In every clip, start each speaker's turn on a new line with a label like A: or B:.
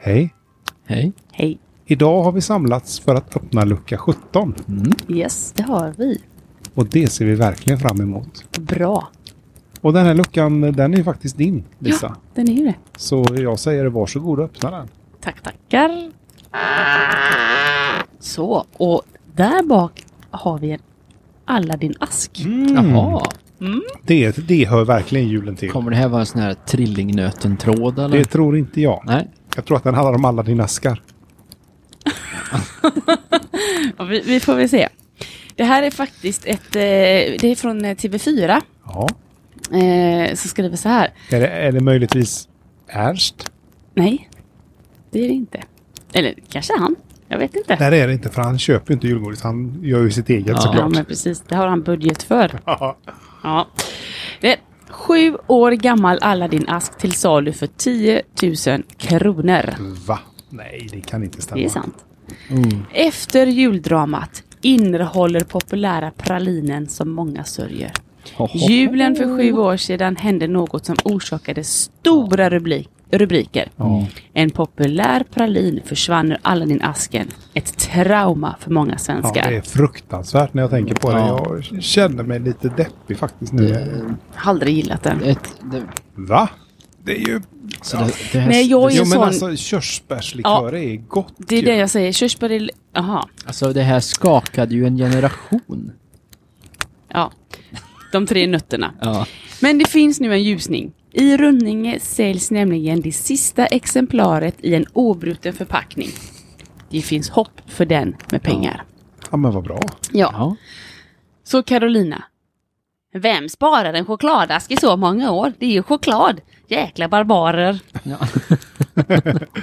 A: Hej!
B: Hej.
C: Hej.
A: Idag har vi samlats för att öppna lucka 17
C: Yes, det har vi.
A: och det ser vi verkligen fram emot.
C: Bra.
A: Och den här luckan, den är faktiskt din, Lisa.
C: Den är ju det.
A: Så jag säger varsågod och öppna den.
C: Tack, tackar. Så, och där bak har vi en Aladdin-ask.
B: Jaha.
A: Det, det hör verkligen julen till.
B: Kommer det här vara en sån här trillingnöten-tråd eller?
A: Det tror inte jag.
B: Nej.
A: Jag tror att den handlar om alla dina askar.
C: Ja, vi, vi får väl se. Det här är faktiskt ett, eh, det är från eh, TV4.
A: Ja.
C: Eh, som skriver så här.
A: Är det, är det möjligtvis Ernst?
C: Nej, det är det inte. Eller kanske han. Jag vet inte.
A: Nej, det är det inte, för han köper ju inte julgodis. Han gör ju sitt eget
B: Ja.
C: Ja,
A: såklart.
C: men precis. Det har han budget för.
A: Ja.
C: Ja. Det är sju år gammal Aladdin-ask till salu för 10 000 kronor.
A: Va? Nej, det kan inte stämma.
C: Det är sant.
A: Mm.
C: Efter juldramat innehåller populära pralinen som många sörjer. Julen för sju år sedan hände något som orsakade stora rubrik, rubriker. En populär pralin försvann ur Aladdin-asken. Ett trauma för många
A: Ja,
C: svenskar.
A: det är fruktansvärt när jag tänker på det.
B: Ja.
A: Jag känner mig lite deppig faktiskt
C: Mm.
A: nu.
C: Jag har aldrig gillat den.
B: Ett, det,
A: Va? Det är ju...
B: så det, det här,
C: Nej, jag är
A: Jo, men
C: ju sån.
A: alltså körsbärslikör är gott
C: det är
A: ju.
C: det jag säger. Körsbär är... Jaha.
B: Alltså det här skakade ju en generation.
C: Ja. De tre nötterna.
B: Ja.
C: Men det finns nu en ljusning. I Rönninge säljs nämligen det sista exemplaret i en obruten förpackning. Det finns hopp för den med pengar.
A: Ja, men vad bra.
C: Ja.
B: ja.
C: Så Carolina. Vem sparar en chokladask i så många år? Det är ju choklad. Jäkla barbarer.
B: Ja.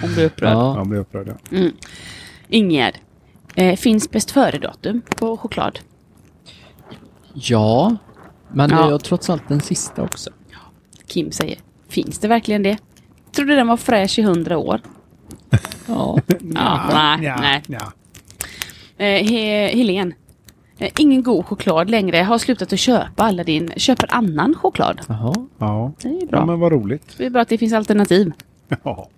C: Hon blir upprörd.
A: Ja.
B: ja.
A: Jag blir upprörd. ja.
C: Ingegärd. Eh, finns bäst före-datum på choklad?
B: ja. Men det är
C: Ja.
B: ju trots allt den sista också.
C: Kim säger. Finns det verkligen det? Trodde den var fräsch i hundra år.
B: Ja.
C: Ja, nej,
A: Nja,
C: nej.
A: nja.
C: Eh, He- Helen. Eh, ingen god choklad längre. Har slutat att köpa alla din. Köper annan choklad.
B: Jaha.
A: Ja.
C: Det är bra.
A: ja, men vad roligt.
C: Det är bra att det finns alternativ.
A: Ja.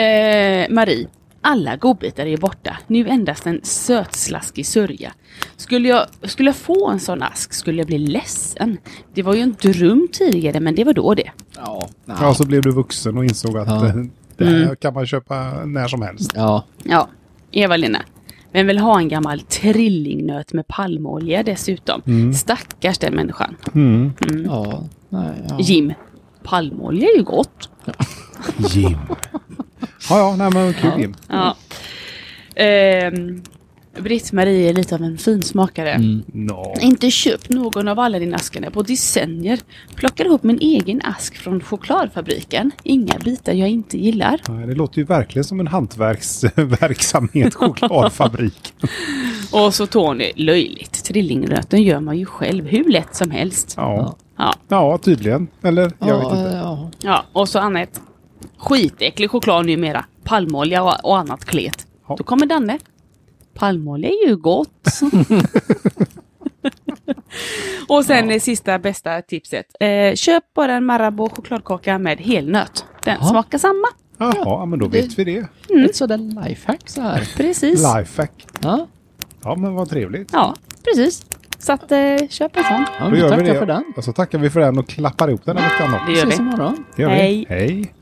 C: Eh, Marie. Alla godbitar är borta. Nu endast en sötslaskig sörja. Skulle jag, skulle jag få en sån ask skulle jag bli ledsen. Det var ju en dröm tidigare men det var då det.
B: Ja.
A: ja, så blev du vuxen och insåg att
B: Ja.
A: eh, det
C: Mm.
A: här kan man köpa när som helst.
B: Ja.
C: Ja. Eva-Lena. Vem vill ha en gammal trillingnöt med palmolja dessutom? Stackars den människan.
B: Ja. Nej, ja.
C: Jim. Palmolja är ju gott.
A: Jim. Ja, ja, nej men kul Jim.
C: Ja. Ehm, Britt-Marie är lite av en finsmakare.
A: Mm. No.
C: Inte köpt någon av alla dina askarna på decennier. Plockar ihop min egen ask från chokladfabriken. Inga bitar jag inte gillar.
A: Nej, Det låter ju verkligen som en hantverksverksamhet, chokladfabrik.
C: Och så Tony, löjligt. Trillingröten gör man ju själv hur lätt som helst.
A: Ja.
C: Ja,
A: ja, tydligen. Eller? Jag
B: ja,
A: vet inte.
B: Ja.
C: ja. och så Annette. Skitäcklig choklad numera. Palmolja och, och annat klet.
A: Ja.
C: Då kommer Danne. Palmolja är ju gott. och sen det sista bästa tipset. Eh, köp bara en Marabou chokladkaka med helnöt. Den
B: Ja.
C: smakar samma.
A: Jaha, ja, men då vet vi det.
B: Ett sådant lifehack så här.
C: Precis.
A: Lifehack.
B: Ja.
A: Ja, men vad trevligt.
C: Ja, precis. Så att eh, köp en sån.
B: ja vi tackar för den.
A: Och så tackar vi för den och klappar ihop den här veckan då.
C: Det gör
B: ses
C: vi.
B: imorgon.
A: Det gör
C: Hej.
A: vi. Hej.